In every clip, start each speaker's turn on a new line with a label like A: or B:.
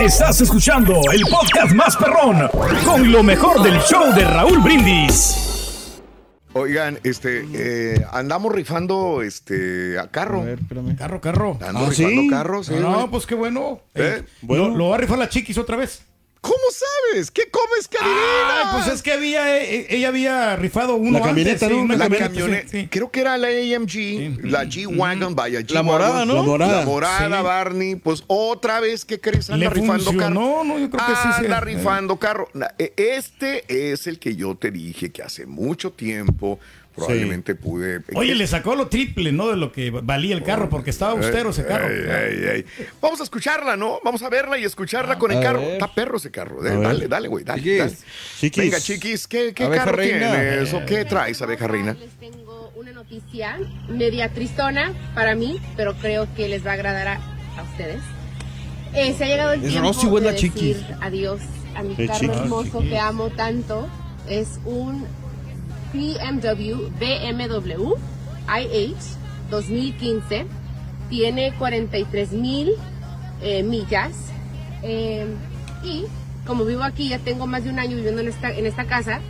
A: Estás escuchando el podcast más perrón con lo mejor del show de Raúl Brindis.
B: Oigan, este, eh, andamos rifando este, a carro.
C: Carro, carro.
B: Andamos rifando carros. Ah, sí,
C: ¿Ah, no,
B: güey.
C: pues qué bueno.
B: ¿Eh?
C: Eh, Lo, lo va a rifar la chiquis otra vez.
B: ¿Cómo sabes? ¿Qué comes, Carolina?
C: Ay, Ah, pues es que había, eh, eh, ella había rifado uno
D: La camioneta,
C: antes,
D: ¿no?
C: una
B: la
D: La
C: camioneta,
B: camioneta,
C: sí, sí.
B: creo que era la AMG, la G-Wagon, vaya G-Wagon.
D: morada, ¿no?
B: La
D: La
B: morada.
D: morada.
C: Sí.
B: Barney. Pues otra vez, ¿qué crees? Anda
C: Le
B: rifando
C: funcionó,
B: carro.
C: no, yo creo que sí se- eh.
B: Anda rifando carro. Na- e- Este es el que yo te dije que hace mucho tiempo probablemente pude...
C: Oye, le sacó lo triple, ¿no? De lo que valía el carro, porque estaba austero ese carro.
B: Ey, ey, ey. Vamos a escucharla, ¿no? Vamos a verla y escucharla con el
D: Ah, a
B: carro.
D: ver.
B: Está perro ese carro. Eh,
D: ver.
B: Dale, dale, güey, dale,
D: Chiquis,
B: dale.
D: chiquis.
B: Venga, chiquis, ¿qué, qué
D: Abeja
B: carro
D: reina. Eh.
B: tienes o qué traes, abeja reina?
E: Les tengo una noticia media tristona para mí, pero creo que les va a agradar a, a ustedes. Eh, se ha llegado el
D: Es
E: tiempo
D: Rosy, güey,
E: de
D: la
E: decir
D: chiquis.
E: adiós a mi
D: Eh,
E: carro
D: chiquis.
E: hermoso que amo tanto. Es un BMW BMW IH 2015. Tiene 43 mil millas. Eh, y como vivo aquí, ya tengo más de un año viviendo en esta, en esta casa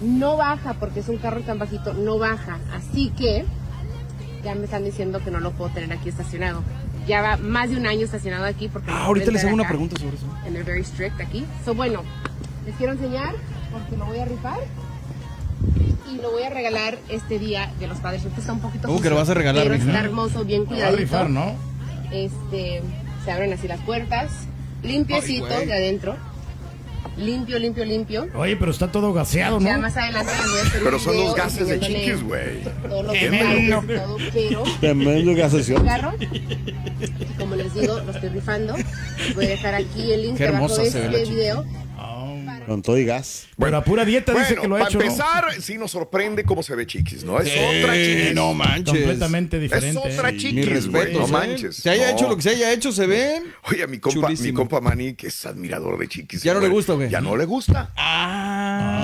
E: no baja porque es un carro tan bajito, no baja. Así que ya me están diciendo que no lo puedo tener aquí estacionado. Ya va más de un año estacionado aquí porque
D: Ah,
E: lo
D: ahorita
E: pueden
D: les
E: ver
D: hago una
E: acá,
D: pregunta sobre eso.
E: En el very strict aquí. So bueno, les quiero enseñar porque lo voy a rifar y lo voy a regalar este día de los padres. Este está un poquito
D: Uh, que
E: sucio,
D: lo vas a regalar,
E: pero
D: Vicky.
E: está hermoso, bien
C: Lo va a
E: cuidadito.
C: rifar, ¿no?
E: Este, se abren así las puertas, limpiecitos de adentro. Limpio, limpio, limpio.
C: Oye, pero está todo gaseado,
E: Ya
C: ¿no?
E: más adelante les voy a hacer
B: Pero
E: un
B: son los
E: video
B: gases de
E: enseñándole
B: chiquis, güey.
E: Todo lo
C: Qué
E: que vale,
C: bueno.
E: todo, pero
D: Tremendo
E: el
D: gasación.
E: carro, y como les digo, lo estoy rifando. Les Voy a dejar aquí el link
D: Qué
E: debajo
D: hermosa
E: de
D: se
E: este
D: ve la chiquis.
E: video.
D: Con todo y gas.
C: Pero a pura dieta dice
B: Bueno,
C: que lo ha
B: para
C: hecho, ¿no?
B: empezar, sí nos sorprende cómo se ve chiquis, ¿no? Es otra chiquis.
D: Eh, no manches.
C: Completamente
B: es
C: diferente.
B: otra
C: ¿eh?
D: Mis
B: chiquis, güey.
D: respetos.
B: No
D: ¿eh?
B: manches.
D: Se haya
B: no.
D: hecho lo que se haya hecho, se ven.
B: Oye, a mi compa, mi
D: Chulísimo.
B: compa Manny, que es admirador de chiquis.
D: Ya no le gusta, güey. Ah.
B: Ya no le gusta.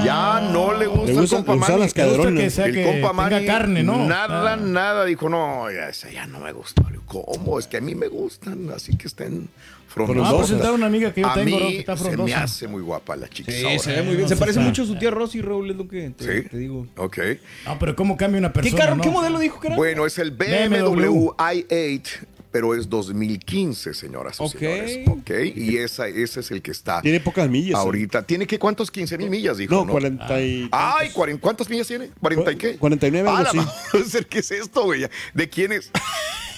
B: Ya no le gusta
D: Le
B: el
D: gusta
B: compa
D: usar
B: Manny.
D: las
C: Le gusta que
D: caderones.
C: sea
B: el
C: que
B: compa
C: tenga
B: Manny
C: carne, ¿no?
B: Nada,
C: Ah.
B: nada. Dijo, no, ya, esa ya no me gustó. Le digo, ¿Cómo? Es que a mí me gustan, así que estén frondosas.
C: Voy a presentar a una amiga que yo
B: a
C: tengo,
B: mí
C: ¿no? que está
B: se me
C: frondosa.
B: hace muy guapa la chiquis
D: Sí,
B: ahora,
D: se
B: ¿eh?
D: ve muy bien. Se
C: Entonces,
D: parece
C: está.
D: mucho a su tía Rosy, Raúl, es lo que te,
B: Sí.
D: te digo.
B: Ok.
C: Ah, pero ¿cómo cambia una
D: ¿Qué,
C: persona?
D: carro,
C: no?
D: ¿Qué modelo dijo que era?
B: Bueno, es el BMW,
C: BMW.
B: i8, pero es 2015, señoras y
D: Ok.
B: señores. Ok. Y esa, ese es el que está
D: Tiene pocas millas. ¿eh?
B: ahorita. Ah. ¿Tiene que cuántos? 15 mil millas,
F: eh.
B: dijo.
D: No, 40 y...
B: Ay, cuaren- ¿cuántas millas tiene? ¿40 y qué?
D: 49 algo
B: Ah, la
D: así.
B: madre, ¿Qué es esto, güey? ¿De quién es?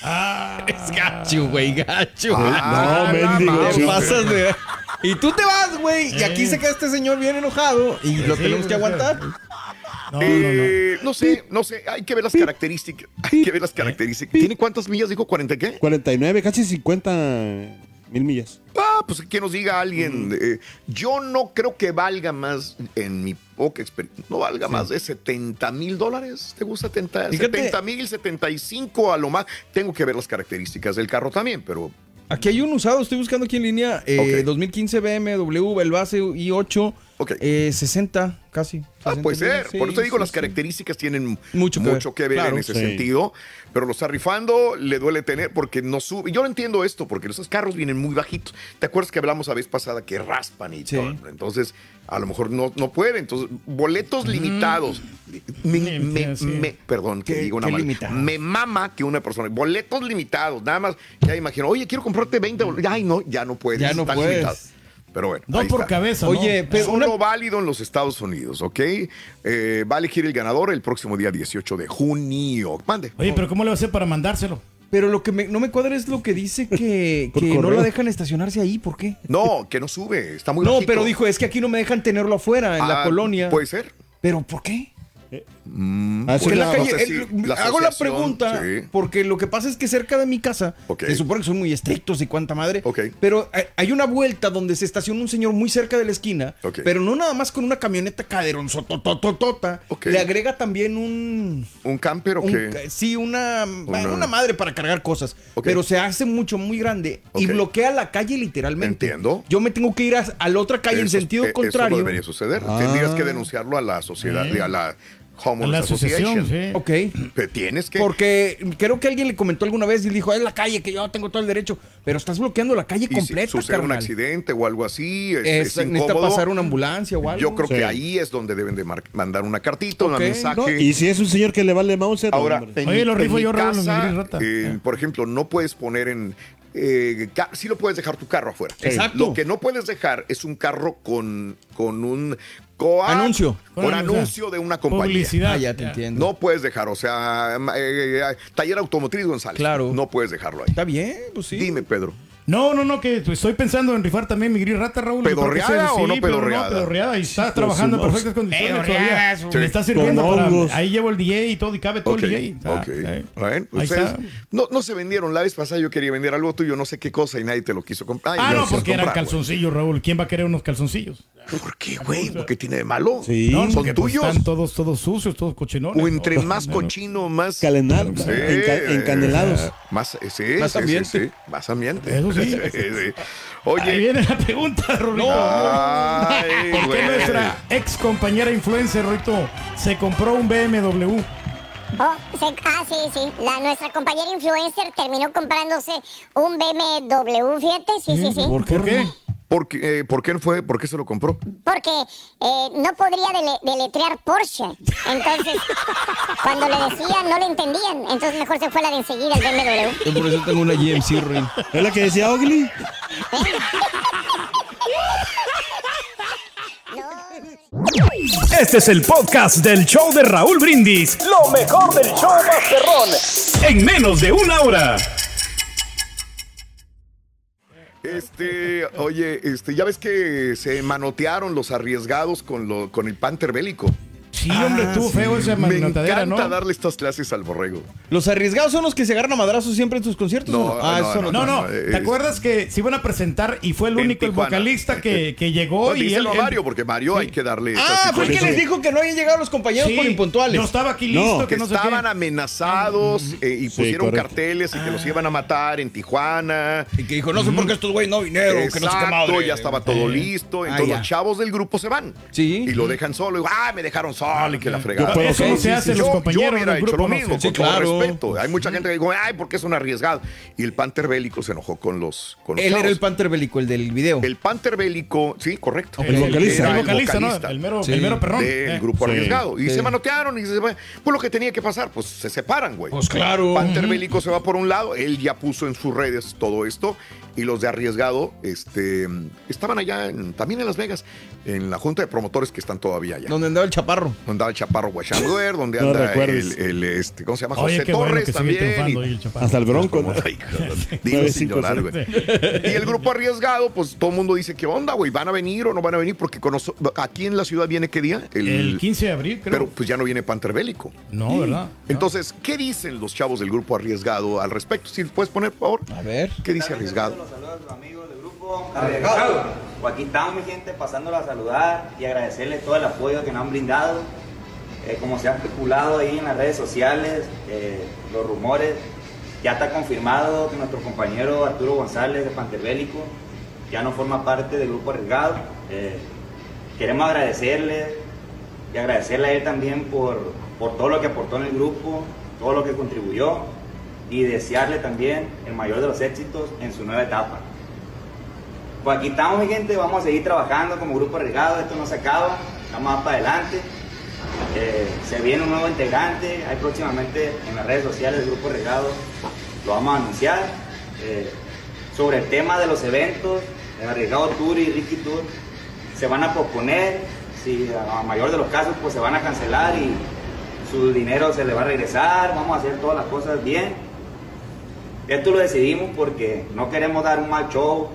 C: Ah,
D: Gacho, güey, gacho.
B: Ah,
D: no,
B: la
D: mendigo.
B: madre.
D: te pasas de... Y tú te vas, güey. Y aquí se queda este señor bien enojado. Y lo
C: Sí,
D: tenemos que
C: güey.
D: aguantar.
C: no, no, no.
B: Eh, no sé, no sé. Hay que ver las características. Hay que ver las características. ¿Tiene cuántas millas? Dijo 40 y qué?
D: 49, casi 50 mil millas.
B: Ah, pues que nos diga alguien. eh, yo no creo que valga más, en mi poca experiencia, no valga más de 70 mil dólares. ¿Te gusta 70,
D: Fíjate.
B: 70 mil, 75 a lo más? Tengo que ver las características del carro también, pero
D: Aquí hay un usado, estoy buscando aquí en línea. eh,
B: Ok.
D: 2015 BMW, el base i8,
B: Ok.
D: eh, 60, casi.
B: Ah,
D: 60
B: puede ser.
D: millas.
B: Por eso
D: Sí,
B: digo,
D: sí,
B: las
D: sí.
B: características tienen mucho
D: Mucho
B: que
D: que
B: ver,
D: ver. Claro,
B: en ese
D: sí.
B: sentido. Pero lo está rifando, le duele tener, porque no sube. Yo no entiendo esto, porque esos carros vienen muy bajitos. ¿Te acuerdas que hablamos la vez pasada que raspan y
D: Sí.
B: todo? Entonces, a lo mejor no, no puede. Entonces, boletos limitados. Me,
C: Sí,
B: me-
C: sí.
B: me- perdón, que
D: Qué-
B: digo una
D: qué
B: mal-
D: limitado.
B: Me mama que una persona. Boletos limitados, nada más. Ya imagino, oye, quiero comprarte 20 boletos. Ay, no, ya no puedes.
D: Ya no
B: están
D: puedes.
B: limitados. Pero bueno.
C: Dos
B: ahí
C: por
B: está.
C: cabeza, ¿no?
D: Oye,
B: Es
D: Pero
B: uno
D: una-
B: válido en los Estados Unidos, ¿ok? Eh, va a elegir el ganador el próximo día 18 de junio. Mande.
C: Oye, pero ¿cómo le va a hacer para mandárselo?
D: Pero lo que me- no me cuadra es lo que dice que, Por que no correo. la dejan estacionarse ahí, ¿por qué?
B: No, que no sube, está muy
D: No,
B: bajito.
D: pero dijo, es que aquí no me dejan tenerlo afuera, en
B: Ah,
D: la colonia.
B: Puede ser.
D: ¿Pero por qué? Es que
B: Pues,
D: la
B: no
D: calle-
B: sé si
D: el-
B: la
D: hago la
B: asociación,
D: pregunta
B: sí.
D: porque lo que pasa es que cerca de mi casa
B: Ok.
D: se supone que son muy estrictos y cuánta madre.
B: Ok.
D: Pero hay- hay una vuelta donde se estaciona un señor muy cerca de la esquina,
B: Ok.
D: pero no nada más con una camioneta caderonzotototota.
B: Ok.
D: Le agrega también un,
B: ¿Un camper o
D: un- eh,
B: qué?
D: sí una,
B: Una-
D: una madre para cargar cosas,
B: Ok.
D: pero se hace mucho muy grande y
B: Ok.
D: bloquea la calle literalmente.
B: Entiendo.
D: Yo me tengo que ir a, a la otra calle en
B: Eso-
D: sentido
B: eh, eso
D: contrario. Ah.
B: no debería suceder. Tendrías que denunciarlo a la sociedad,
C: Sí.
B: a la
C: A
B: Homeowners
C: la
B: Association.
C: asociación, sí.
D: Ok.
B: Te tienes que.
D: Porque creo que alguien le comentó alguna vez y dijo, "Ah, es la calle, que yo tengo todo el derecho. Pero estás bloqueando la calle
B: y
D: completa,
B: si sucede un
D: carnal.
B: accidente o algo así, es,
D: Es-
B: es
D: necesita
B: incómodo.
D: pasar una ambulancia o algo.
B: Yo creo
F: Sí.
B: que ahí es donde deben de mar- mandar una cartita,
D: Ok,
B: un mensaje.
D: no,
F: Y si es un señor que le vale Mauser,
B: Ahora,
F: hombre.
B: en
C: Oye,
B: mi-
C: lo
B: en
C: rifo
B: mi
C: yo, Raúl,
B: casa,
C: lo miro, rata.
D: Ah.
B: eh, por ejemplo, no puedes poner en... Eh, ca- sí lo puedes dejar tu carro afuera.
D: Exacto.
B: Lo que no puedes dejar es un carro con, con un... coa-
D: Anuncio.
B: Con
C: Con anuncio.
B: anuncio de una compañía.
C: Publicidad.
D: Ah, ya te entiendo.
B: No puedes dejar, o sea, ma- eh, eh, taller automotriz González.
D: Claro.
B: No puedes dejarlo ahí.
D: Está bien, pues sí.
B: Dime, Pedro.
C: No, no, no, que pues, estoy pensando en rifar también mi gris rata, Raúl.
B: ¿Pedorreada
C: Yo creo que
B: o no
C: sí, pero
B: pedorreada?
C: pedorreada. Y está trabajando en
F: sí, Pues, no.
C: perfectas condiciones todavía.
D: Pedorreada,
C: Sí. Me está sirviendo
F: Con
C: para...
F: hongos.
C: Ahí llevo el DJ y todo, y cabe todo
B: Ok,
C: el DJ. Ah,
B: ok.
C: ahí.
B: Bueno, pues
C: Ahí
B: ustedes
C: está. Ah,
B: no, no se vendieron. La vez pasada yo quería vender algo tuyo, no sé qué cosa, y nadie te lo quiso comprar. Ay,
C: Ah, no,
B: gracias,
C: porque eran
B: comprar, güey.
C: calzoncillos, Raúl. ¿Quién va a querer unos calzoncillos?
B: ¿Por qué, güey? ¿Por qué tiene de malo?
F: Sí.
C: No,
B: ¿Son
C: porque, pues,
B: tuyos?
C: están todos, todos sucios, todos cochinones.
B: O entre
C: ¿no?
B: más cochino, más.
F: Calenar,
B: Sí,
F: enca- encanelados.
B: Más, eh, sí,
D: Más
B: sí, sí,
D: ambiente.
B: sí, más ambiente.
C: Eso sí.
B: sí.
C: Ahí
B: Oye.
C: viene la pregunta, Rorito.
B: Ay,
C: ¿Por qué
B: güey.
C: nuestra ex compañera influencer, Rorito, se compró un BMW?
G: Oh, se- ah, sí, sí. La, nuestra compañera influencer terminó comprándose un BMW, fíjate, sí, sí, sí.
F: ¿Por qué?
C: ¿Por qué?
B: ¿Por qué, eh, por qué fue? ¿Por qué se lo compró?
G: Porque eh, no podría dele- deletrear Porsche. Entonces, cuando le decían, no le entendían. Entonces, mejor se fue a la de enseguida, el BMW.
D: Yo por eso tengo una GMC, Ruin.
F: ¿Es la que decía Ogly?
A: Este es el podcast del show de Raúl Brindis. Lo mejor del show Masterrón. En menos de una hora.
B: Este, oye, este, ya ves que se manotearon los arriesgados con, lo, con el Panther bélico.
C: Sí, hombre, tú feo esa
B: Ah, Me
C: manotadera,
B: encanta
C: ¿no?
B: darle estas clases al borrego.
D: ¿Los arriesgados son los que se agarran a madrazos siempre en sus conciertos?
B: No,
D: o no? Ah,
B: no,
D: eso no.
C: No, no,
B: No,
C: ¿te
B: es-
C: acuerdas que se iban a presentar y fue el
B: En
C: único el
B: Tijuana.
C: vocalista que, que llegó
B: No,
C: Oh, y él...
B: díselo a
C: él-
B: Mario, porque Mario hay que darle. estas
D: Ah, fue el que les
B: situaciones.
D: dijo que no habían llegado los compañeros
C: Sí,
D: por impuntuales.
C: Yo estaba aquí
F: No,
C: listo, que,
B: que
C: no sé qué.
B: estaban amenazados eh, y pusieron
F: correcto.
B: carteles y que los iban a matar en Tijuana.
D: Y que dijo, no sé por qué estos güeyes no vinieron, que no sé qué
B: Exacto,
D: madre. eh.
B: ya estaba todo listo. Entonces
D: ya.
B: los chavos del grupo se van.
D: Sí.
B: Y lo dejan solo. Y, ah, me dejaron solo y que la fregada.
F: Yo puedo-
C: Eso
F: Ok,
C: no
F: sí,
C: se hace,
B: yo,
C: los
B: yo
C: compañeros
B: hubiera
C: del
B: hecho
C: grupo
B: lo
C: no
B: mismo,
C: se hace.
B: con todo
D: claro.
B: respeto. Hay mucha gente que dijo, ay, porque es un arriesgado. Y el Panther Bélico se enojó con los, con los
D: Él era
B: chavos.
D: el Panther Bélico, el del video.
B: El Panther Bélico, sí, correcto.
F: El vocalista.
B: Era
C: El
B: el
C: vocalista, ¿no?
B: vocalista
C: El mero,
D: Sí.
C: el mero perrón.
B: del
C: Eh.
B: grupo
F: Sí.
B: arriesgado. Y
D: Sí.
B: se manotearon y se pues lo que tenía que pasar, pues se separan, güey.
D: Pues claro.
B: Panther Bélico se va por un lado, él ya puso en sus redes todo esto y los de arriesgado este estaban allá en- también en Las Vegas, en la junta de promotores que están todavía allá.
D: Donde andaba el chaparro.
B: Donde andaba el chaparro Guachanguer, donde
F: No
B: anda
F: recuerdes.
B: el, el, este, ¿cómo se llama?
C: Oye,
B: José
C: qué bueno
B: Torres
C: que sigue
B: también.
C: triunfando
B: y-
C: ahí el chaparro.
F: Hasta el bronco.
B: Pues como-
F: ¿no?
B: Ay, joder, dilo
F: Nueve,
B: sin
F: cinco,
B: llorar,
F: seis.
B: güey. Y el grupo arriesgado, pues todo el mundo dice, ¿qué onda, güey? ¿Van a venir o no van a venir? Porque con noso- aquí en la ciudad viene qué día?
C: El 15 de abril, creo.
B: Pero pues ya no viene Panther Bélico.
F: Ah.
C: no, ¿verdad?
B: Entonces, ¿qué dicen los chavos del grupo arriesgado al respecto? Si puedes poner, por favor.
D: A ver.
B: ¿Qué dice arriesgado?
H: Los saludos a los amigos del grupo Arriesgado. Pues aquí estamos, mi gente, pasándola a saludar y agradecerles todo el apoyo que nos han brindado. Eh, como se ha especulado ahí en las redes sociales, eh, los rumores, ya está confirmado que nuestro compañero Arturo González de Panterbélico ya no forma parte del grupo Arriesgado. Eh, queremos agradecerle y agradecerle a él también por, por todo lo que aportó en el grupo, todo lo que contribuyó y desearle también el mayor de los éxitos en su nueva etapa. Pues aquí estamos, mi gente, vamos a seguir trabajando como grupo arriesgado, esto no se acaba, vamos más para adelante. Eh, se viene un nuevo integrante, hay próximamente en las redes sociales del grupo arriesgado, lo vamos a anunciar. Eh, sobre el tema de los eventos, el arriesgado Tour y Ricky Tour, se van a posponer, si a mayor de los casos, pues se van a cancelar y su dinero se le va a regresar, vamos a hacer todas las cosas bien. Esto lo decidimos porque no queremos dar un mal show,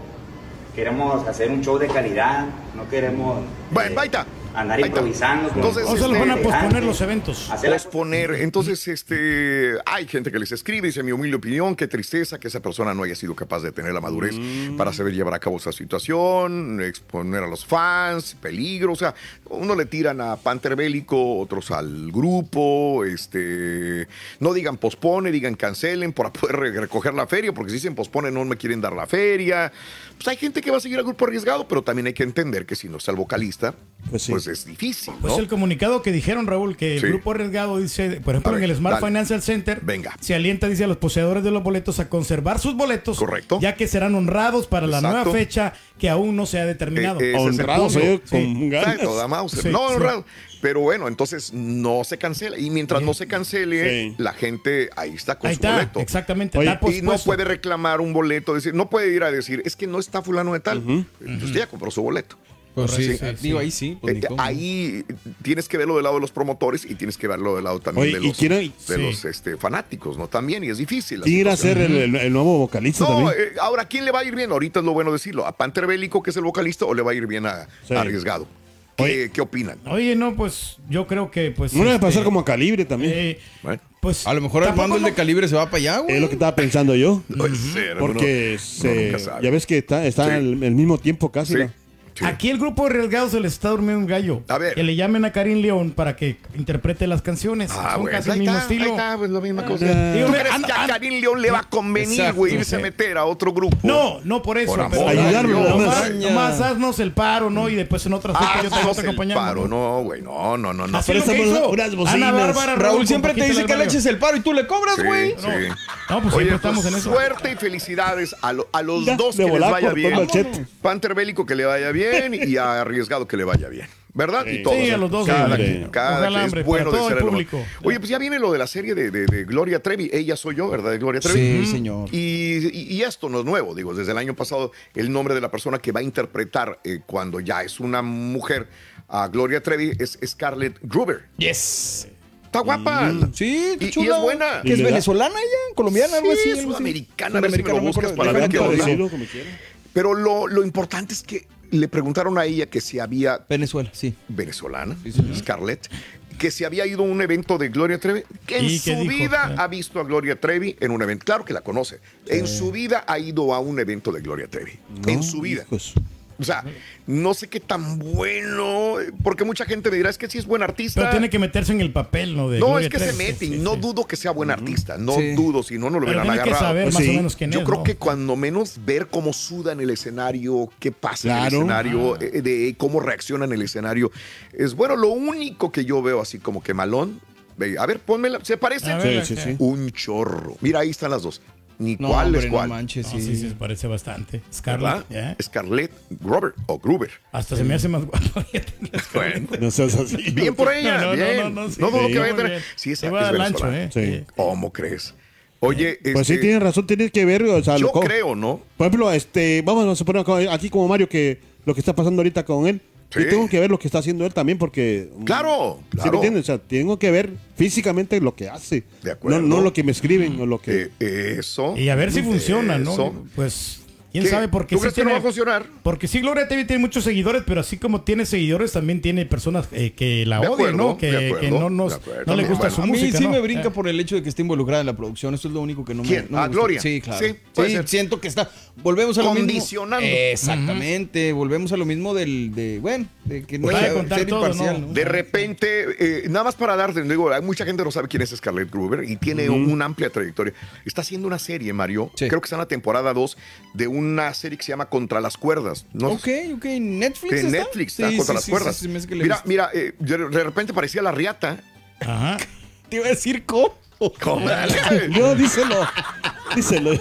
H: queremos hacer un show de calidad, no queremos...
B: Bueno,
H: eh,
B: baita.
H: andar
B: Ahí está.
H: improvisando. con-
B: Entonces,
H: con
C: O sea, los van a
H: gente
C: posponer
H: elegante,
C: los eventos.
H: hacer las
B: Posponer. Entonces, este, hay gente que les escribe, dice mi humilde opinión, qué tristeza que esa persona no haya sido capaz de tener la madurez
H: Mm.
B: para saber llevar a cabo esa situación, exponer a los fans, peligro. O sea, uno le tiran a Panther Bélico, otros al grupo, este, no digan pospone, digan cancelen para poder re- recoger la feria, porque si dicen pospone no me quieren dar la feria. Pues hay gente que va a seguir al grupo arriesgado, pero también hay que entender que si no está el vocalista, pues,
F: Pues sí.
B: es difícil, ¿no?
C: Pues el comunicado que dijeron, Raúl, que
B: Sí.
C: el grupo arriesgado dice, por ejemplo,
B: A ver,
C: en el Smart
B: dale.
C: Financial Center,
B: Venga.
C: se alienta, dice, a los poseedores de los boletos a conservar sus boletos,
B: Correcto.
C: ya que serán honrados para la
B: Exacto.
C: nueva fecha que aún no se ha determinado.
B: Eh, eh, ese es el
F: Honrado,
B: punto.
F: soy yo con
C: Sí.
F: ganas.
B: Exacto, da Mauser.
C: Sí,
B: no,
C: sí.
B: honrado. Pero bueno, entonces no se cancela. Y mientras no se cancele,
F: Sí.
B: la gente ahí está con
C: Ahí
B: su
C: está,
B: boleto.
C: exactamente.
F: Oye,
C: está
B: Y no
C: pospuesto.
B: puede reclamar un boleto, decir, no puede ir a decir, es que no está fulano de tal. Usted ya compró su boleto.
D: Pues sí,
B: Sí,
D: digo, ahí sí. pues,
B: Eh,
D: ni cómo.
B: ahí tienes que verlo del lado de los promotores y tienes que verlo del lado también
F: Oye,
B: de
F: y
B: los,
F: quiero-
B: de
F: sí.
B: los este, fanáticos, ¿no? También, y es difícil. la
F: ¿Quién irá a
B: situación.
F: ser el, el- el nuevo vocalista
B: No,
F: también?
B: eh, ahora, ¿quién le va a ir bien? Ahorita es lo bueno decirlo. ¿A Panther Bélico, que es el vocalista, o le va a ir bien a,
F: Sí.
B: a Arriesgado? ¿Qué,
F: Oye.
B: qué opinan?
C: Oye, no, pues yo creo que pues...
F: No le va a
C: este,
F: pasar como a Calibre también.
C: eh,
B: Bueno.
C: pues,
D: A lo mejor
C: tampoco
D: Armando el
C: no-
D: de calibre se va para allá,
F: es
D: güey.
F: lo que estaba pensando yo.
B: Puede ser,
F: Porque
B: uno- uno
F: se-
B: nunca sabe.
F: ya ves que está, está
B: Sí.
F: al el mismo tiempo casi.
B: Sí,
F: ¿no?
B: sí.
C: Aquí el grupo arriesgado se le está durmiendo un gallo.
B: A ver.
C: Que le llamen a Karim León para que interprete las canciones.
B: Ah,
C: Son
B: bueno,
C: casi el
B: ahí
C: mismo
B: está,
C: estilo. Ah.
B: ahí está, pues, la misma cosa.
C: Digo,
B: ¿Tú
C: mira,
B: crees
C: anda-
B: que a
C: anda-
B: Karim León le va a convenir,
D: Exacto,
B: güey, irse a
D: sí.
B: meter a otro grupo?
C: No, no por eso.
B: Por
C: pero-
B: amor a
F: Ayudarlo,
B: Dios.
F: nada
C: Nomás,
F: más.
C: nomás haznos el paro, ¿no? Y después en otras
B: Ah,
C: fechas yo te voy
B: haznos
C: a
B: el
C: acompañar.
B: paro. No, güey, no, no, no. no.
C: Así es lo que
F: Préstamos
C: hizo
F: unas bocinas.
C: Ana Bárbara,
D: Raúl
C: con
D: siempre te
C: Paquita
D: dice
C: del
D: que le
C: Barrio.
D: eches el paro y tú le cobras,
B: Sí,
D: güey.
B: sí.
C: No, pues siempre estamos en eso.
B: Suerte y felicidades a, lo- a los
F: Ya,
B: dos que
F: de
B: les
F: volada
B: vaya
F: cortó el
B: bien.
F: machete.
B: Panther Bélico que le vaya bien y a Arriesgado que le vaya bien. ¿Verdad? Y todos.
C: Sí, a los dos,
B: Cada,
F: hombre.
B: quien- cada
C: Ojalá,
B: quien
C: hombre,
B: es bueno
C: para
B: de
C: todo
B: ser
C: el
B: el
C: público.
B: mejor. Oye, pues ya viene lo de la serie de, de- de Gloria Trevi. Ella soy yo, ¿verdad? De Gloria Trevi.
D: Sí,
B: Ujú.
D: señor.
B: Y, y- y esto no es nuevo, digo, desde el año pasado el nombre de la persona que va a interpretar eh, cuando ya es una mujer a Gloria Trevi es Scarlett Gruber.
D: Yes.
B: Está guapa.
D: Mm, Sí, está
B: Y- y
D: chula,
B: es buena.
D: güey. ¿Que es
F: ¿Y le da?
D: venezolana ella? ¿Colombiana? algo
B: Sí,
D: así.
B: es
D: algo así.
B: sudamericana, a ver si me lo
D: Sudamericana, me
B: buscas
D: acuerdo.
B: para
D: Le
B: ver
D: dan
B: qué onda.
D: parecido.
F: como quiera.
B: Pero lo, lo importante es que le preguntaron a ella que si había
D: Venezuela, sí.
B: venezolana,
D: Sí, señor.
B: Scarlett, que si había ido a un evento de Gloria Trevi, que en
C: ¿Y qué
B: su
C: dijo?
B: vida
C: Eh.
B: ha visto a Gloria Trevi en un evento. Claro que la conoce. En su vida ha ido a un evento de Gloria Trevi. en su vida.
F: hijos.
B: O sea, no sé qué tan bueno, eh, porque mucha gente me dirá, es que sí es buen artista.
C: Pero tiene que meterse en el papel, ¿no? De
B: no,
C: Gloria
B: es que
C: Trevi.
B: se mete
C: Sí,
B: y
C: sí,
B: no
C: sí.
B: dudo que sea buen artista, no
D: Sí.
B: dudo, si no, no lo
C: Pero
B: hubieran
C: tiene que
B: agarrado.
C: saber
F: Pues
C: más
F: sí.
C: o menos quién
B: Yo
C: es,
B: creo
C: ¿no?
B: que cuando menos ver cómo suda en el escenario, qué pasa en el
F: Claro.
B: escenario, eh, de cómo reacciona en el escenario. Es bueno, lo único que yo veo así como que malón. ve, A ver, ponmela. ¿Se parece?
C: A
F: Sí,
C: ver,
F: sí,
C: acá.
F: sí.
B: Un chorro. Mira, ahí están las dos. Ni
D: No,
B: cuál
D: hombre,
B: es cuál.
D: no manches,
C: No,
D: sí.
C: sí, sí, se parece bastante.
B: ¿Verdad?
C: Scarlett, ¿ya?
B: Scarlett Gruber o Gruber.
C: Hasta se me hace más guapo.
B: Bueno,
F: No seas así.
B: bien por ella.
C: No, no,
B: bien. No,
C: no, no, sí.
B: dudo
F: Sí.
B: que vaya a
C: Muy
B: tener.
C: bien.
B: Sí, esa
C: Se va
B: es
C: al ancho,
B: venezolana.
C: ¿eh?
F: Sí.
B: ¿Cómo creres? Oye,
F: Pues sí,
B: este,
F: tienes razón, tienes que ver. O sea,
B: yo
F: lo co-
B: creo, ¿no?
F: Por ejemplo, este, vamos a suponer acá- aquí como Mario que lo que está pasando ahorita con él.
B: Sí.
F: Yo tengo que ver lo que está haciendo él también porque... mm,
B: Claro,
F: ¿Sí
B: claro.
F: me entiendes? O sea, tengo que ver físicamente lo que hace.
B: De acuerdo.
F: No, no lo que me escriben o lo que...
B: Eh, eso.
C: Y a ver si funciona,
B: eso.
C: ¿no? Pues quién
B: ¿Qué?
C: sabe porque
B: ¿Tú crees que no va a funcionar?
C: Porque sí, Gloria TV tiene muchos seguidores, pero así como tiene seguidores, también tiene personas eh, que la
B: De
C: odian,
B: acuerdo,
C: ¿no? Que,
B: de acuerdo,
C: que no, nos-
B: de acuerdo.
C: no le
B: También,
C: gusta
B: bueno,
C: su
D: A mí
C: música.
D: sí
C: ¿no?
D: me brinca
C: Eh,
D: por el hecho de que esté involucrada en la producción. Eso es lo único que no
B: ¿Quién?
D: me. no
B: Ah,
D: me gusta.
B: Gloria.
D: Sí, claro.
B: Sí,
D: Sí,
B: puede ser.
D: siento que está. Volvemos a lo mismo. Eh,
B: Condicionando.
D: Exactamente. Volvemos a lo mismo del. De, bueno, de que no
C: Pues
D: hay
C: hay que contar todo, ¿no?
B: De repente, eh, nada más para darte, digo, hay mucha gente que no sabe quién es Scarlett Gruber y tiene una amplia trayectoria. Está haciendo una serie, Mario.
D: Sí.
B: Creo que está en la temporada 2 de una serie que se llama Contra las Cuerdas. ¿no?
D: Ok, ok. Netflix.
B: De
D: está?
B: Netflix, está
D: Sí,
B: contra
D: sí,
B: las
D: sí,
B: cuerdas.
D: sí, sí, me hace que le
B: mira,
D: gusta.
B: mira, eh, de de repente parecía la riata.
C: Ajá.
D: Te iba a decir cómo.
F: Yo, díselo. díselo.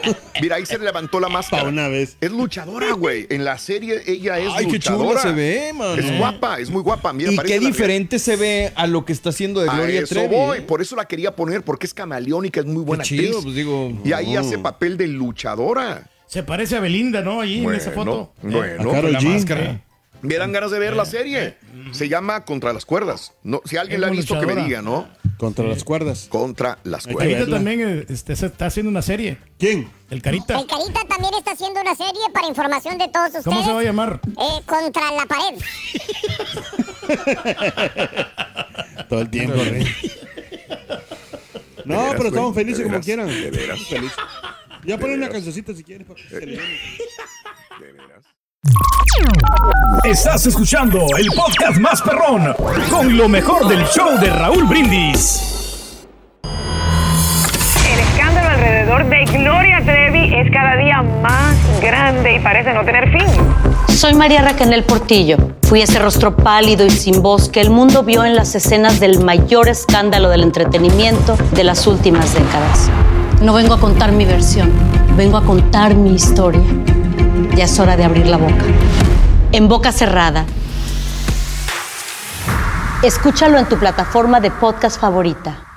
B: mira, ahí se le levantó la máscara.
F: Pa' una vez.
B: Es luchadora, güey. En la serie ella es
D: Ay, qué
B: luchadora.
D: chula se ve, mano.
B: Es guapa, es muy guapa. Mira,
D: y
B: parece
D: qué
B: la Riata.
D: diferente se ve a lo que está haciendo de
B: A
D: Gloria
B: eso
D: Trevi.
B: voy,
D: ¿eh?
B: por eso la quería poner, porque es camaleónica, es muy buena
D: chido,
B: actriz.
D: pues, digo,
B: y ahí
D: no.
B: hace papel de luchadora.
C: Se parece a Belinda, ¿no? Ahí en esa foto. Ah, Eh,
F: A
B: bueno.
F: Karol
D: la
F: G.
D: máscara.
B: Me dan ganas de ver la serie. Se llama Contra las Cuerdas. No, si alguien
C: Es
B: la ha
C: muy
B: visto, que me
C: Mm. luchadora.
B: diga, ¿no?
F: Contra las cuerdas.
B: Contra las
F: Hay que
B: cuerdas.
C: Carita
F: verla.
C: también eh, este, se está haciendo una serie.
F: ¿Quién?
C: El Carita.
G: El Carita también está haciendo una serie para información de todos ustedes.
C: ¿Cómo se va a llamar?
G: Eh, contra la pared.
F: Todo el tiempo, Rey.
B: De
F: No,
B: veras,
F: pero
B: güey,
F: estamos felices
B: de
F: como
B: veras,
F: quieran.
B: de veras.
F: Felices. Ya ponen una
B: veras.
F: cancioncita si quieres. para que se le llene.
B: De veras.
A: Estás escuchando el podcast más perrón con lo mejor del show de Raúl Brindis.
I: El escándalo alrededor de Gloria Trevi es cada día más grande y parece no tener fin.
J: Soy María Raquel Portillo. Fui ese rostro pálido y sin voz que el mundo vio en las escenas del mayor escándalo del entretenimiento de las últimas décadas. No vengo a contar mi versión, vengo a contar mi historia. Ya es hora de abrir la boca. En boca cerrada. Escúchalo en tu plataforma de podcast favorita.